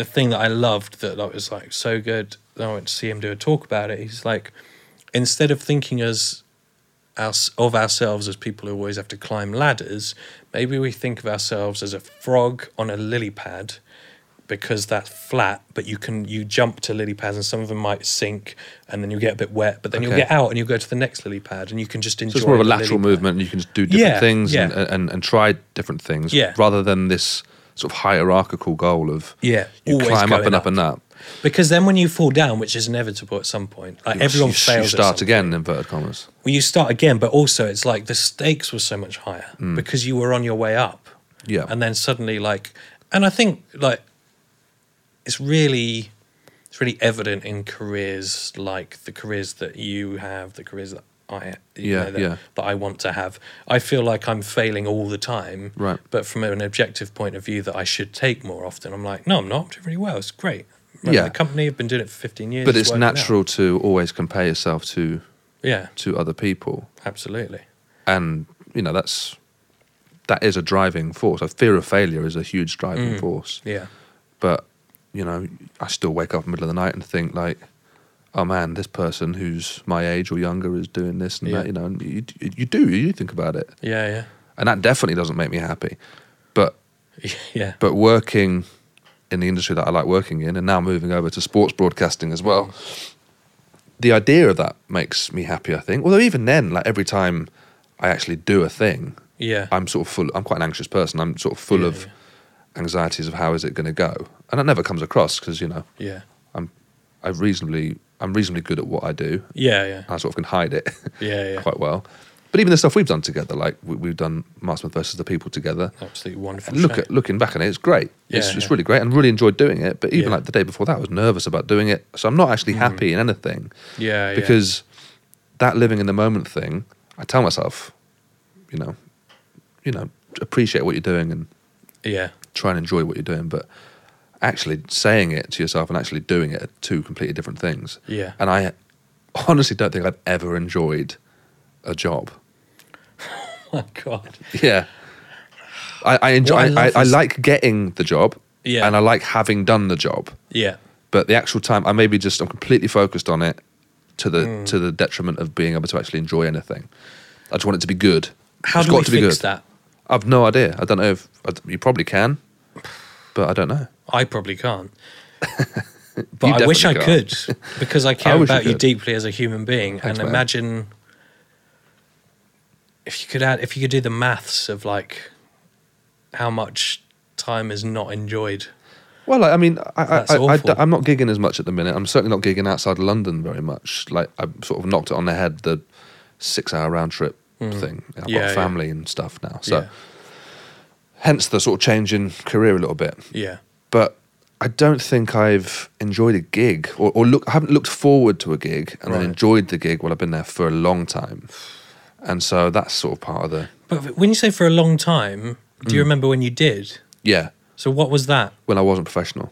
the thing that I loved that like, was like so good, I went to see him do a talk about it. He's like, instead of thinking as ours, of ourselves as people who always have to climb ladders, maybe we think of ourselves as a frog on a lily pad because that's flat, but you can you jump to lily pads and some of them might sink and then you get a bit wet, but then you'll
Okay.
get out and you'll go to the next lily pad and you can just enjoy
so it's more of a
the lily
lateral
pad.
movement, and you can just do different
Yeah,
things
yeah.
And, and and try different things,
Yeah.
rather than this sort of hierarchical goal of
Yeah,
you
always
climb up
going
and up,
up.
and up.
Because then when you fall down, which is inevitable at some point, like
You-
everyone
you, you
fails. at
start
something.
again, inverted commas.
Well, you start again, but also it's like the stakes were so much higher because you were on your way up.
Mm. Yeah.
And then suddenly, like, and I think like it's really, it's really evident in careers like the careers that you have, the careers that I, you
Yeah,
know, that,
yeah.
that I want to have. I feel like I'm failing all the time.
Right.
But from an objective point of view, that I should take more often. I'm like, no, I'm not. I'm doing really well. It's great. Run
Yeah.
The company. I've been doing it for 15 years.
But it's
working out.
natural to always compare yourself to
Yeah.
to other people,
Absolutely.
and you know that's that is a driving force. A fear of failure is a huge
Mm.
driving force.
Yeah.
but you know i still wake up in the middle of the night and think like oh man this person who's my age or younger is doing this and
Yeah.
that you know and you, you do you think about it
Yeah. Yeah.
and that definitely doesn't make me happy but
Yeah.
but working in the industry that i like working in and now moving over to sports broadcasting as well the idea of that makes me happy i think although even then like every time i actually do a thing
Yeah.
I'm sort of full. I'm quite an anxious person. I'm sort of full
Yeah,
of
yeah.
anxieties of how is it going to go, and that never comes across because you know
yeah.
I'm I reasonably I'm reasonably good at what I do.
Yeah. Yeah.
And I sort of can hide it
Yeah. Yeah.
quite well. But even the stuff we've done together, like we, we've done Marsman versus the People together.
Absolutely wonderful.
And look
show.
at looking back on it, it's great. it's,
Yeah,
it's
yeah.
really great, and really enjoyed doing it. But even
Yeah. Mm.
like the day before that, I was nervous about doing it, so I'm not actually happy in anything
yeah. yeah.
because that living in the moment thing, I tell myself, you know, you know, appreciate what you're doing and
yeah.
try and enjoy what you're doing, but actually saying it to yourself and actually doing it are two completely different things.
Yeah.
And I honestly don't think I've ever enjoyed a job.
My God.
Yeah. I, I enjoy.
What I
I, I,
love
I
is-
like getting the job.
Yeah.
And I like having done the job,
Yeah.
but the actual time I maybe just I'm completely focused on it to the
Hmm.
to the detriment of being able to actually enjoy anything. I just want it to be good.
How
It's
do
got
we
to be
fix
good.
that?
I've no idea. I don't know if I, you probably can, but I don't know.
I probably can't. But I
definitely
wish I
can't.
could because I care
wish you
about you,
could.
deeply as a human being
Thanks,
and
man.
imagine if you could add if you could do the maths of like how much time is not enjoyed.
Well, like, I mean, I,
That's
I, I,
awful.
am not gigging as much at the minute. I'm certainly not gigging outside of London very much. Like I sort of knocked it on the head the six hour round trip thing. I've
Hmm. Yeah,
got
yeah.
a family and stuff now, so
Yeah.
hence the sort of change in career a little bit.
Yeah.
But I I don't think I've enjoyed a gig or, or look. I haven't looked forward to a gig and
Right.
then enjoyed the gig while I've been there for a long time. And so that's sort of part of the
But when you say for a long time, do
Mm.
you remember when you did?
yeah.
So what was that?
When I wasn't professional,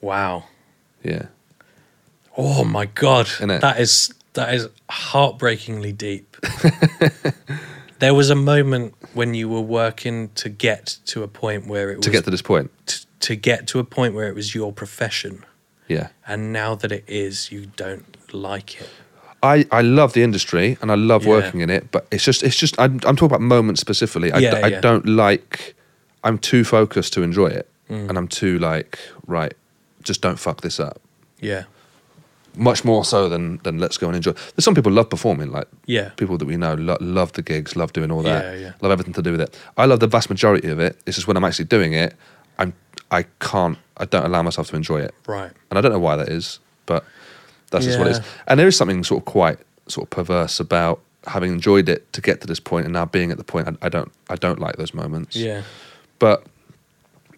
Wow.
yeah,
Oh my god.
Innit?
That is that is heartbreakingly deep. there was a moment when you were working to get to a point where it was
to get to this point,
t- to get to a point where it was your profession.
yeah.
And now that it is, you don't like it.
I, I love the industry and I love
Yeah.
working in it, but it's just it's just I'm, I'm talking about moments specifically. I,
Yeah,
d- I
yeah.
don't like. I'm too focused to enjoy it,
Mm.
and I'm too like right. Just don't fuck this up.
Yeah.
Much more so than than let's go and enjoy. There's some people love performing, like
Yeah.
people that we know lo- love the gigs, love doing all that,
Yeah, yeah.
love everything to do with it. I love the vast majority of it. It's just when I'm actually doing it, I'm I can't I don't allow myself to enjoy it,
Right.
and I don't know why that is, but that's just what it is.
Yeah.
And there is something sort of quite sort of perverse about having enjoyed it to get to this point and now being at the point I, I don't I don't like those moments.
Yeah.
but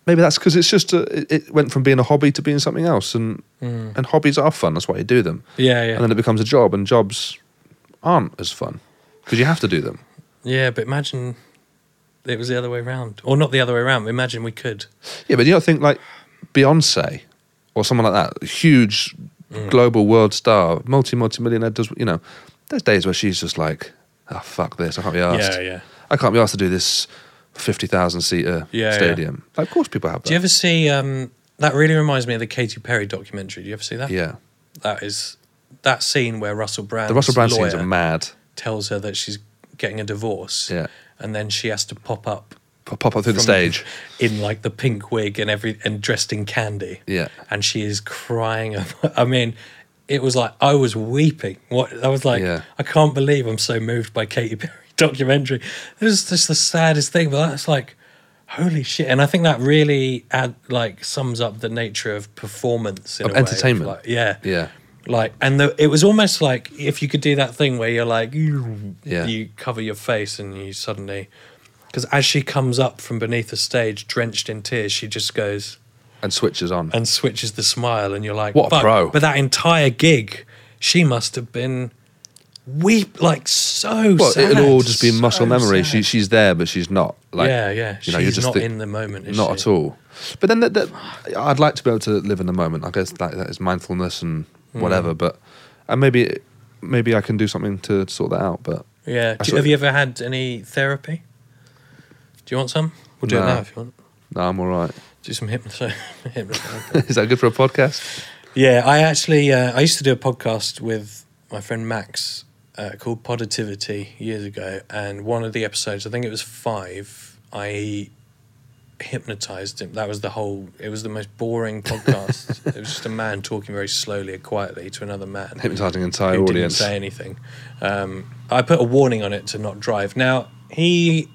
maybe that's because it's just a, it, it went from being a hobby to being something else, and
Hmm.
and hobbies are fun. That's why you do them
Yeah, yeah.
and then it becomes a job, and jobs aren't as fun because you have to do them.
yeah, but imagine it was the other way around. Or not the other way around. Imagine we could.
Yeah, but you don't think like Beyonce or someone like that, huge
Mm.
global world star, multi multi millionaire, does you know? There's days where she's just like, oh, fuck this, I can't be asked.
Yeah, yeah.
I can't be asked to do this fifty thousand seater
Yeah, yeah.
stadium. Like, of course, people have that.
Do you ever see um that really reminds me of the Katy Perry documentary. Do you ever see that?
yeah,
That is that scene where Russell Brand
the Russell Brand
lawyer
scenes are mad.
tells her that she's getting a divorce.
Yeah.
And then she has to pop up
Pop pop up through the
from-
stage.
in like the pink wig and every and dressed in candy.
Yeah.
And she is crying. I mean, it was like I was weeping. What I was like,
Yeah.
I can't believe I'm so moved by Katy Perry documentary. It was just the saddest thing, but that's like holy shit. And I think that really add like sums up the nature of performance in
Of
a way,
entertainment.
like, yeah.
Yeah,
Like and the, it was almost like if you could do that thing where you're like
Yeah.
you cover your face and you suddenly because as she comes up from beneath the stage drenched in tears she just goes
and switches on.
and switches the smile and you're like
What a
"Fuck."
pro.
but that entire gig she must have been weep like so
well,
sad,
it'll all just be muscle
so
memory.
sad.
She, she's there, but she's not. Like,
yeah yeah she's
You know, you're just
not
thi-
in the moment is
not
she?
at all. But then, that, that, I'd like to be able to live in the moment. I guess that, that is mindfulness and
Hmm.
whatever. But and maybe maybe I can do something to sort that out. But
yeah
I
do,
sort
have
of-
you ever had any therapy do you want some we'll do it
No.
now if you want
no, I'm all right.
do some hypnosis hypnotherapy
is that good for a podcast?
Yeah, I actually uh, I used to do a podcast with my friend Max uh, called Podativity years ago, and one of the episodes, I think it was five, I hypnotized him. That was the whole. It was the most boring podcast. it was just a man talking very slowly and quietly to another man
Hypnotizing an entire
who
audience.
didn't say anything. Um, I put a warning on it to not drive. Now he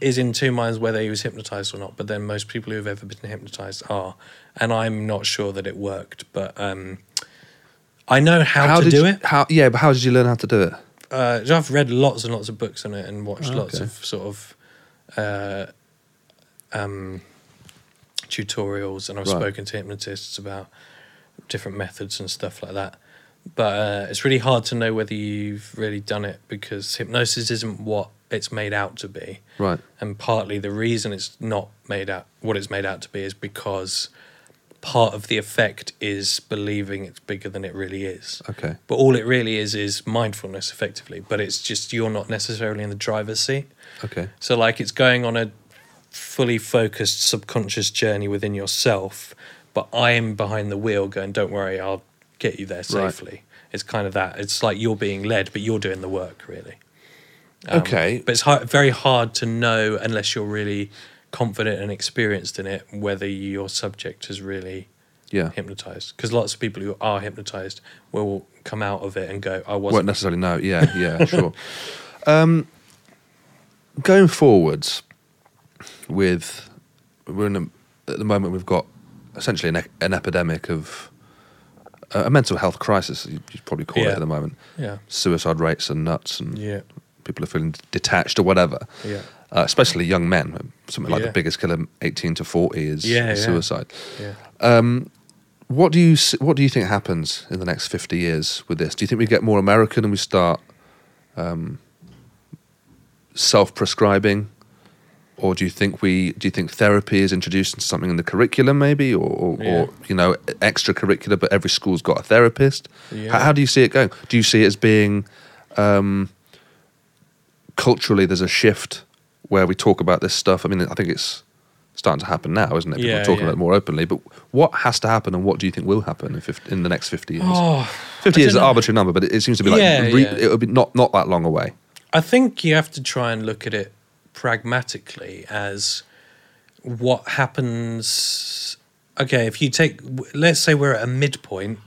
is in two minds whether he was hypnotized or not, but then most people who have ever been hypnotized are, and I'm not sure that it worked. But um, I know how, to
did
do
you,
it.
How? Yeah, but how did you learn how to do it?
Uh, so I've read lots and lots of books on it and watched
Oh,
lots
okay.
of sort of uh, um, tutorials, and I've
Right.
spoken to hypnotists about different methods and stuff like that. But uh, it's really hard to know whether you've really done it because hypnosis isn't what it's made out to be
Right.
and partly the reason it's not made out what it's made out to be is because part of the effect is believing it's bigger than it really is
Okay.
but all it really is is mindfulness effectively but it's just you're not necessarily in the driver's seat
Okay.
so like it's going on a fully focused subconscious journey within yourself, but I'm behind the wheel going, Don't worry, I'll get you there
Right.
safely. It's kind of that. It's like you're being led, but you're doing the work really. Um,
Okay.
But it's hard, very hard to know unless you're really confident and experienced in it whether your subject is really
Yeah.
hypnotized. Because lots of people who are hypnotized will come out of it and go, I
Won't
wasn't.
necessarily know. Yeah. Yeah. sure. Um, going forwards, with we're in a, at the moment we've got essentially an, e- an epidemic of uh, a, a mental health crisis. you- You'd probably call
Yeah.
it at the moment.
Yeah.
Suicide rates are nuts, and
Yeah.
people are feeling detached or whatever.
Yeah.
uh, especially young men. Something like
Yeah.
the biggest killer, eighteen to forty, is,
Yeah,
is
yeah.
suicide.
Yeah.
What do you s- What do you think happens in the next fifty years with this? Do you think we get more American and we start um, self-prescribing, or do you think we Do you think therapy is introduced into something in the curriculum, maybe, or, or,
Yeah.
or you know, extracurricular? But every school's got a therapist.
Yeah.
How, how do you see it going? Do you see it as being um, culturally? There's a shift where we talk about this stuff. I mean, I think it's starting to happen now, isn't it? People
Yeah,
are talking
yeah.
about it more openly. But what has to happen, and what do you think will happen in, fif- in the next fifty years?
Oh,
Fifty
I
years is
don't
an
know.
arbitrary number, but it, it seems to be like
Yeah,
re-
yeah.
it'll be not not that long away.
I think you have to try and look at it pragmatically as what happens. Okay, if you take, w- let's say we're at a midpoint,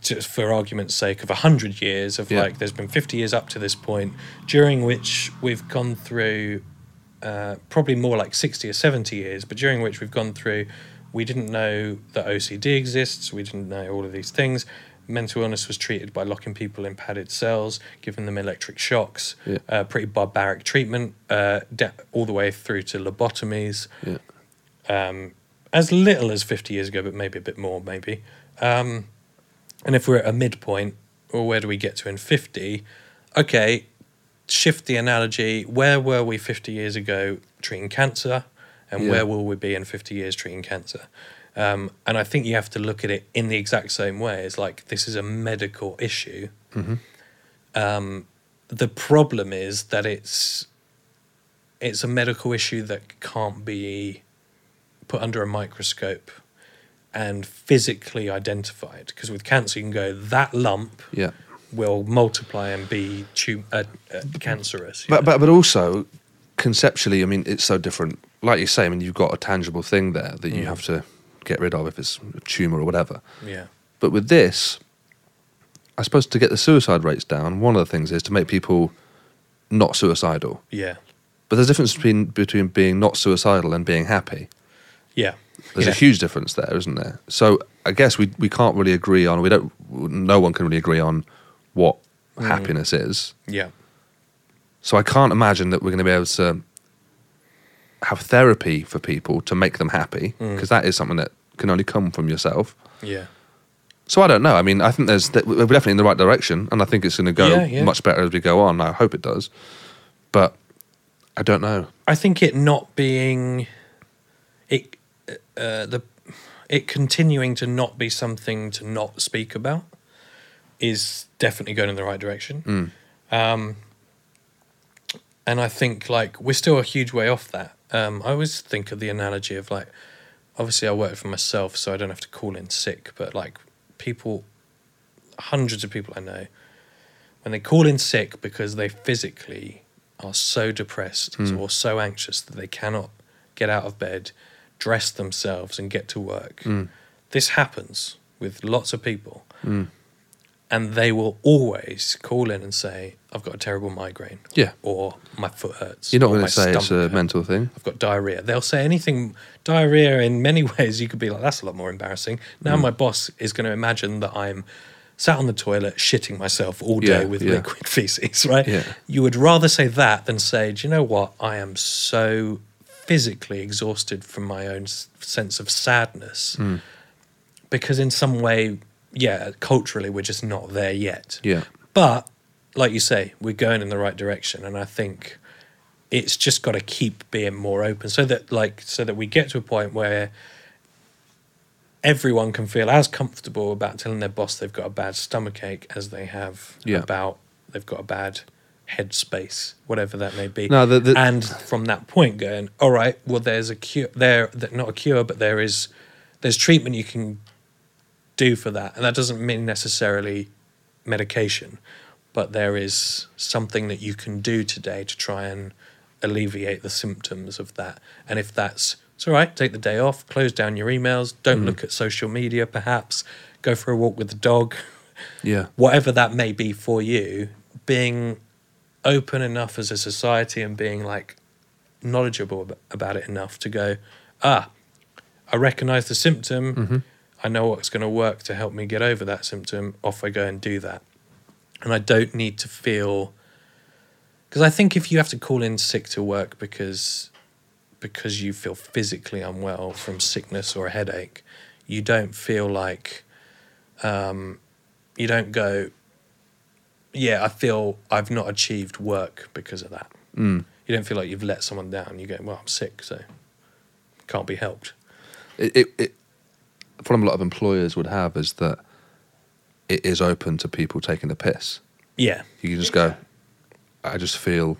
just for argument's sake, of 100 years of
Yeah.
like, there's been 50 years up to this point, during which we've gone through uh, probably more like 60 or 70 years, but during which we've gone through, we didn't know that OCD exists, we didn't know all of these things. Mental illness was treated by locking people in padded cells, giving them electric shocks,
Yeah.
uh, pretty barbaric treatment, uh, da- all the way through to lobotomies.
Yeah.
Um, as little as 50 years ago, but maybe a bit more, maybe. Um, and if we're at a midpoint, or where do we get to in 50? Okay, shift the analogy. Where were we 50 years ago treating cancer? And
Yeah.
where will we be in 50 years treating cancer? Um, and I think you have to look at it in the exact same way. It's like this is a medical issue. Um, the problem is that it's it's a medical issue that can't be put under a microscope and physically identified. Because with cancer, you can go that lump
Yeah.
will multiply and be tu- uh, uh, cancerous. you
But,
know?
but but also conceptually, I mean, it's so different. Like you say, I mean, you've got a tangible thing there that
Mm.
you have to get rid of if it's a tumor or whatever.
yeah,
But with this, I suppose to get the suicide rates down, one of the things is to make people not suicidal.
yeah,
But there's a difference between between being not suicidal and being happy.
yeah.
There's
yeah.
a huge difference there, isn't there? So I guess we we can't really agree on. We don't. No one can really agree on what
Mm.
happiness is.
yeah,
So I can't imagine that we're going to be able to have therapy for people to make them happy
Mm.
because that is something that can only come from yourself.
yeah,
So I don't know. I mean, I think there's that we're definitely in the right direction, and I think it's going to go
Yeah, yeah.
much better as we go on. I hope it does, but I don't know.
I think it not being it uh, the it continuing to not be something to not speak about is definitely going in the right direction.
Mm.
Um, and I think like we're still a huge way off that. Um, I always think of the analogy of like, obviously I work for myself, so I don't have to call in sick, but like people, hundreds of people I know, when they call in sick because they physically are so depressed or so anxious that they cannot get out of bed, dress themselves, and get to work. This happens with lots of people. And they will always call in and say, I've got a terrible migraine.
Yeah.
Or my foot hurts.
You're not
or
going
my
to say it's a
stomach hurts.
mental thing.
I've got diarrhea. They'll say anything. Diarrhea, in many ways, you could be like, that's a lot more embarrassing.
Hmm.
Now my boss is going to imagine that I'm sat on the toilet shitting myself all day
Yeah,
with
yeah.
liquid feces, right?
Yeah.
You would rather say that than say, do you know what? I am so physically exhausted from my own s- sense of sadness.
Hmm.
Because in some way, yeah, culturally, we're just not there yet.
Yeah,
But like you say, we're going in the right direction, and I think it's just got to keep being more open, so that like so that we get to a point where everyone can feel as comfortable about telling their boss they've got a bad stomachache as they have
Yeah.
about they've got a bad headspace, whatever that may be.
No, the- the-
and from that point, going all right, well, there's a cure. There, th- not a cure, but there is there's treatment you can do for that. And that doesn't mean necessarily medication, but there is something that you can do today to try and alleviate the symptoms of that. And if that's it's all right, take the day off, close down your emails, don't
Mm.
look at social media perhaps, go for a walk with the dog,
yeah,
whatever that may be for you, being open enough as a society and being like knowledgeable ab- about it enough to go, ah, I recognize the symptom. I know what's going to work to help me get over that symptom. Off I go and do that. And I don't need to feel, Because I think if you have to call in sick to work because because you feel physically unwell from sickness or a headache, you don't feel like um, you don't go. Yeah, I feel I've not achieved work because of that.
Mm.
You don't feel like you've let someone down. You go, well, I'm sick, so can't be helped.
It, it, it, a problem a lot of employers would have is that it is open to people taking the piss.
Yeah,
You can just go, I just feel,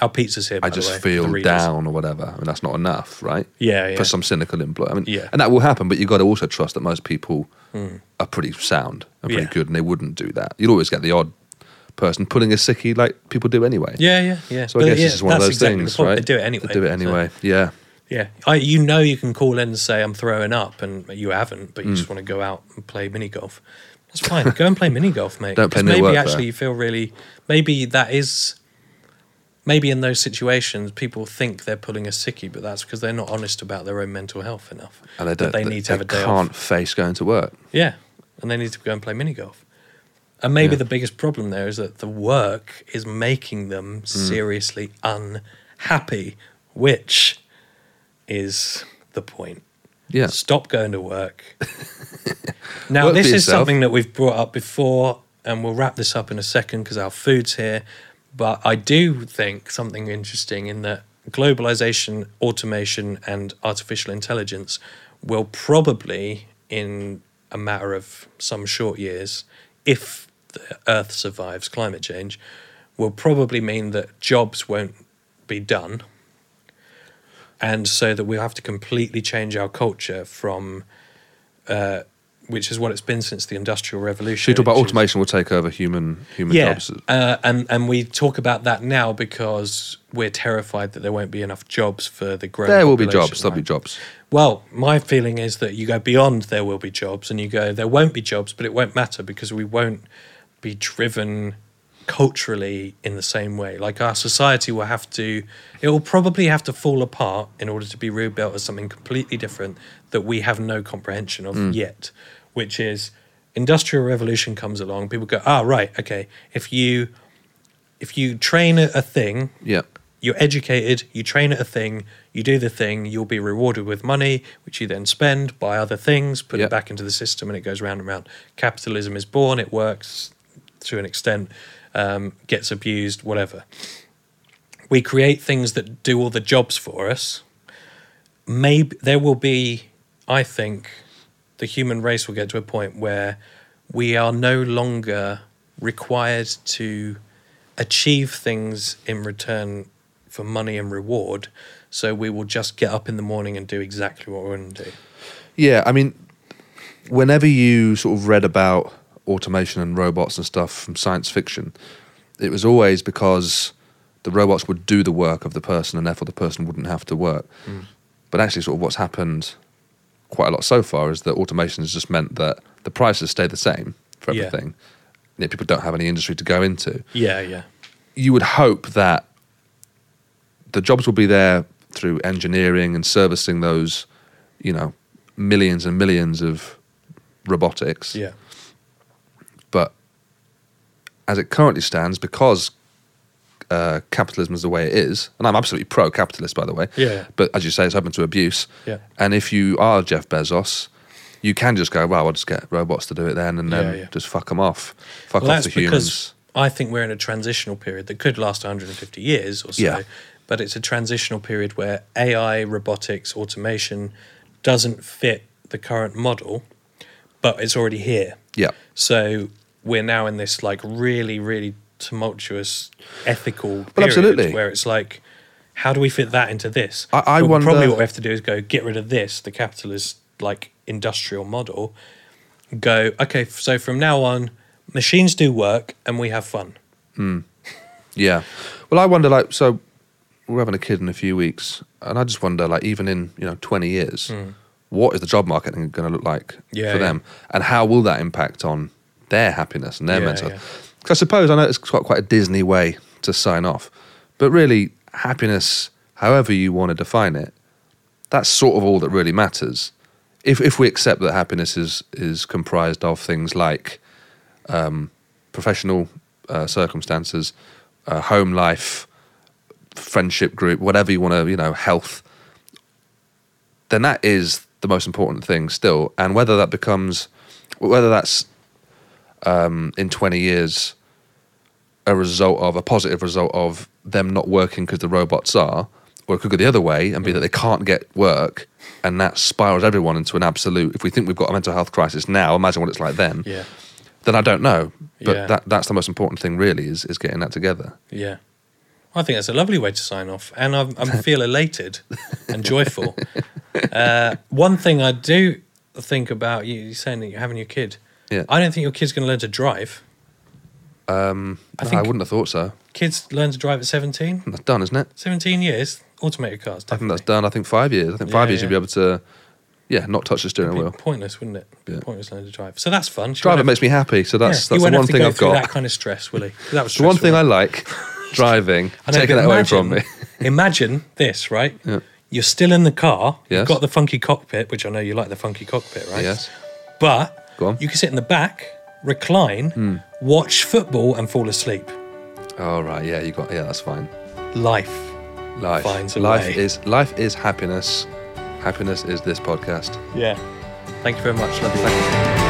our pizza's here. By
I just
the way, for the
feel
readers.
down or whatever. I mean, that's not enough, right?
Yeah, yeah.
For some cynical employer. I mean,
Yeah. Mm.
and that will happen, but you've got to also trust that most people are pretty sound and pretty
Yeah.
good and they wouldn't do that. You'd always get the odd person pulling a sickie like people do anyway.
Yeah, yeah, yeah.
So I
But
guess
yeah,
this is one of
that's
those
exactly the
things,
point.
right?
They do it anyway.
They do it
so-
anyway. Yeah.
Yeah, I, you know you can call in and say I'm throwing up, and you haven't, but you
Mm.
just want to go out and play mini golf. That's fine. go and play mini golf, mate.
Don't play
'Cause
near
Maybe
work,
actually
though.
you feel really. Maybe that is. Maybe in those situations, people think they're pulling a sickie, but that's because they're not honest about their own mental health enough.
And they
That
don't.
They need to have a day off.
can't face going to work.
Yeah, and they need to go and play mini golf. And maybe
Yeah.
the biggest problem there is that the work is making them seriously unhappy, which is the point.
Yeah.
Stop going to work. now,
Work for
this is
yourself.
something that we've brought up before, and we'll wrap this up in a second because our food's here. But I do think something interesting in that globalization, automation, and artificial intelligence will probably, in a matter of some short years, if the Earth survives climate change, will probably mean that jobs won't be done and so that we have to completely change our culture from, uh, which is what it's been since the Industrial Revolution.
Should we talk about
which is-
automation will take over human human
Yeah,
jobs?
uh, and and we talk about that now because we're terrified that there won't be enough jobs for the growing.
There will be
population,
jobs. There'll be
right?
jobs.
Well, my feeling is that you go beyond there will be jobs and you go there won't be jobs, but it won't matter because we won't be driven culturally in the same way. Like our society will have to, it will probably have to fall apart in order to be rebuilt as something completely different that we have no comprehension of yet, which is industrial revolution comes along. People go, ah, right, okay. If you if you train a, a thing
Yeah.
you're educated, you train at a thing, you do the thing, you'll be rewarded with money, which you then spend, buy other things, put
Yeah.
it back into the system, and it goes round and round. Capitalism is born, it works to an extent, um, gets abused, whatever. We create things that do all the jobs for us. Maybe there will be, I think, the human race will get to a point where we are no longer required to achieve things in return for money and reward. So we will just get up in the morning and do exactly what we want to do.
Yeah. I mean, whenever you sort of read about automation and robots and stuff from science fiction, it was always because the robots would do the work of the person and therefore the person wouldn't have to work. But actually, sort of what's happened quite a lot so far is that automation has just meant that the prices stay the same for
Yeah.
everything. and yet people don't have any industry to go into.
Yeah, yeah.
you would hope that the jobs will be there through engineering and servicing those, you know, millions and millions of robotics.
Yeah.
But as it currently stands, because uh, capitalism is the way it is, and I'm absolutely pro-capitalist, by the way.
Yeah.
But as you say, it's open to abuse.
Yeah.
And if you are Jeff Bezos, you can just go, "Well, I'll just get robots to do it then, and then
Yeah, yeah.
just fuck them off, fuck
Well,
off
that's
the
because
humans."
I think we're in a transitional period that could last 150 years or so.
Yeah.
But it's a transitional period where AI, robotics, automation doesn't fit the current model, but it's already here.
Yeah.
So we're now in this like really, really tumultuous ethical period
Well, absolutely.
where it's like, how do we fit that into this?
I- I
But
wonder-
Probably what we have to do is go get rid of this, the capitalist like industrial model. Go okay, f- so from now on, machines do work and we have fun.
Yeah. Well, I wonder, like, so we're having a kid in a few weeks, and I just wonder, like, even in you know twenty years, what is the job market going to look like
Yeah, Hmm. yeah.
for them, and how will that impact on their happiness and their
Yeah,
mental?
yeah.
health? 'Cause I suppose I know it's quite quite a Disney way to sign off, but really, happiness, however you want to define it, that's sort of all that really matters. If if we accept that happiness is is comprised of things like um, professional uh, circumstances, uh, home life, friendship group, whatever you want to, you know, health, then that is the most important thing still. And whether that becomes, whether that's um, in 20 years a result of, a positive result of them not working because the robots are, or it could go the other way and be that they can't get work and that spirals everyone into an absolute, if we think we've got a mental health crisis now, imagine what it's like then
Yeah.
then I don't know. But
Yeah.
that that's the most important thing, really, is is getting that together.
Yeah. I think that's a lovely way to sign off. And I'm, I feel elated and joyful. Uh, one thing I do think about you you're saying that you're having your kid.
Yeah.
I don't think your kid's going to learn to drive.
I,
I
no,
think-
I wouldn't have thought so.
Kids learn to drive at 17.
That's done, isn't it?
17 years, automated cars.
I think
Definitely.
that's done. I think five years. I think five
Yeah,
years
yeah.
you'll be able to, yeah, not touch the steering
It'd
wheel.
be pointless, wouldn't it?
Yeah.
Pointless learning to drive. So that's fun. She
Drive it
won't have-
makes me happy. So that's
yeah, you won't
that's the
have
one
to
thing
go
I've
through
got.
That kind of stress, Willie. That was
the one thing
stressful.
I like, driving,
know,
taking
but
that away from me.
imagine this, right? You're still in the car. You've
Yes.
got the funky cockpit, which I know you like the funky cockpit, right?
Yes.
But
Go on. Hmm.
you can sit in the back, recline, watch football, and fall asleep.
All right. Yeah, you got. Yeah, that's fine.
Life.
Life.
Finds a
life
way.
is life is happiness. Happiness is this podcast.
Yeah. Thank you very much. Love you.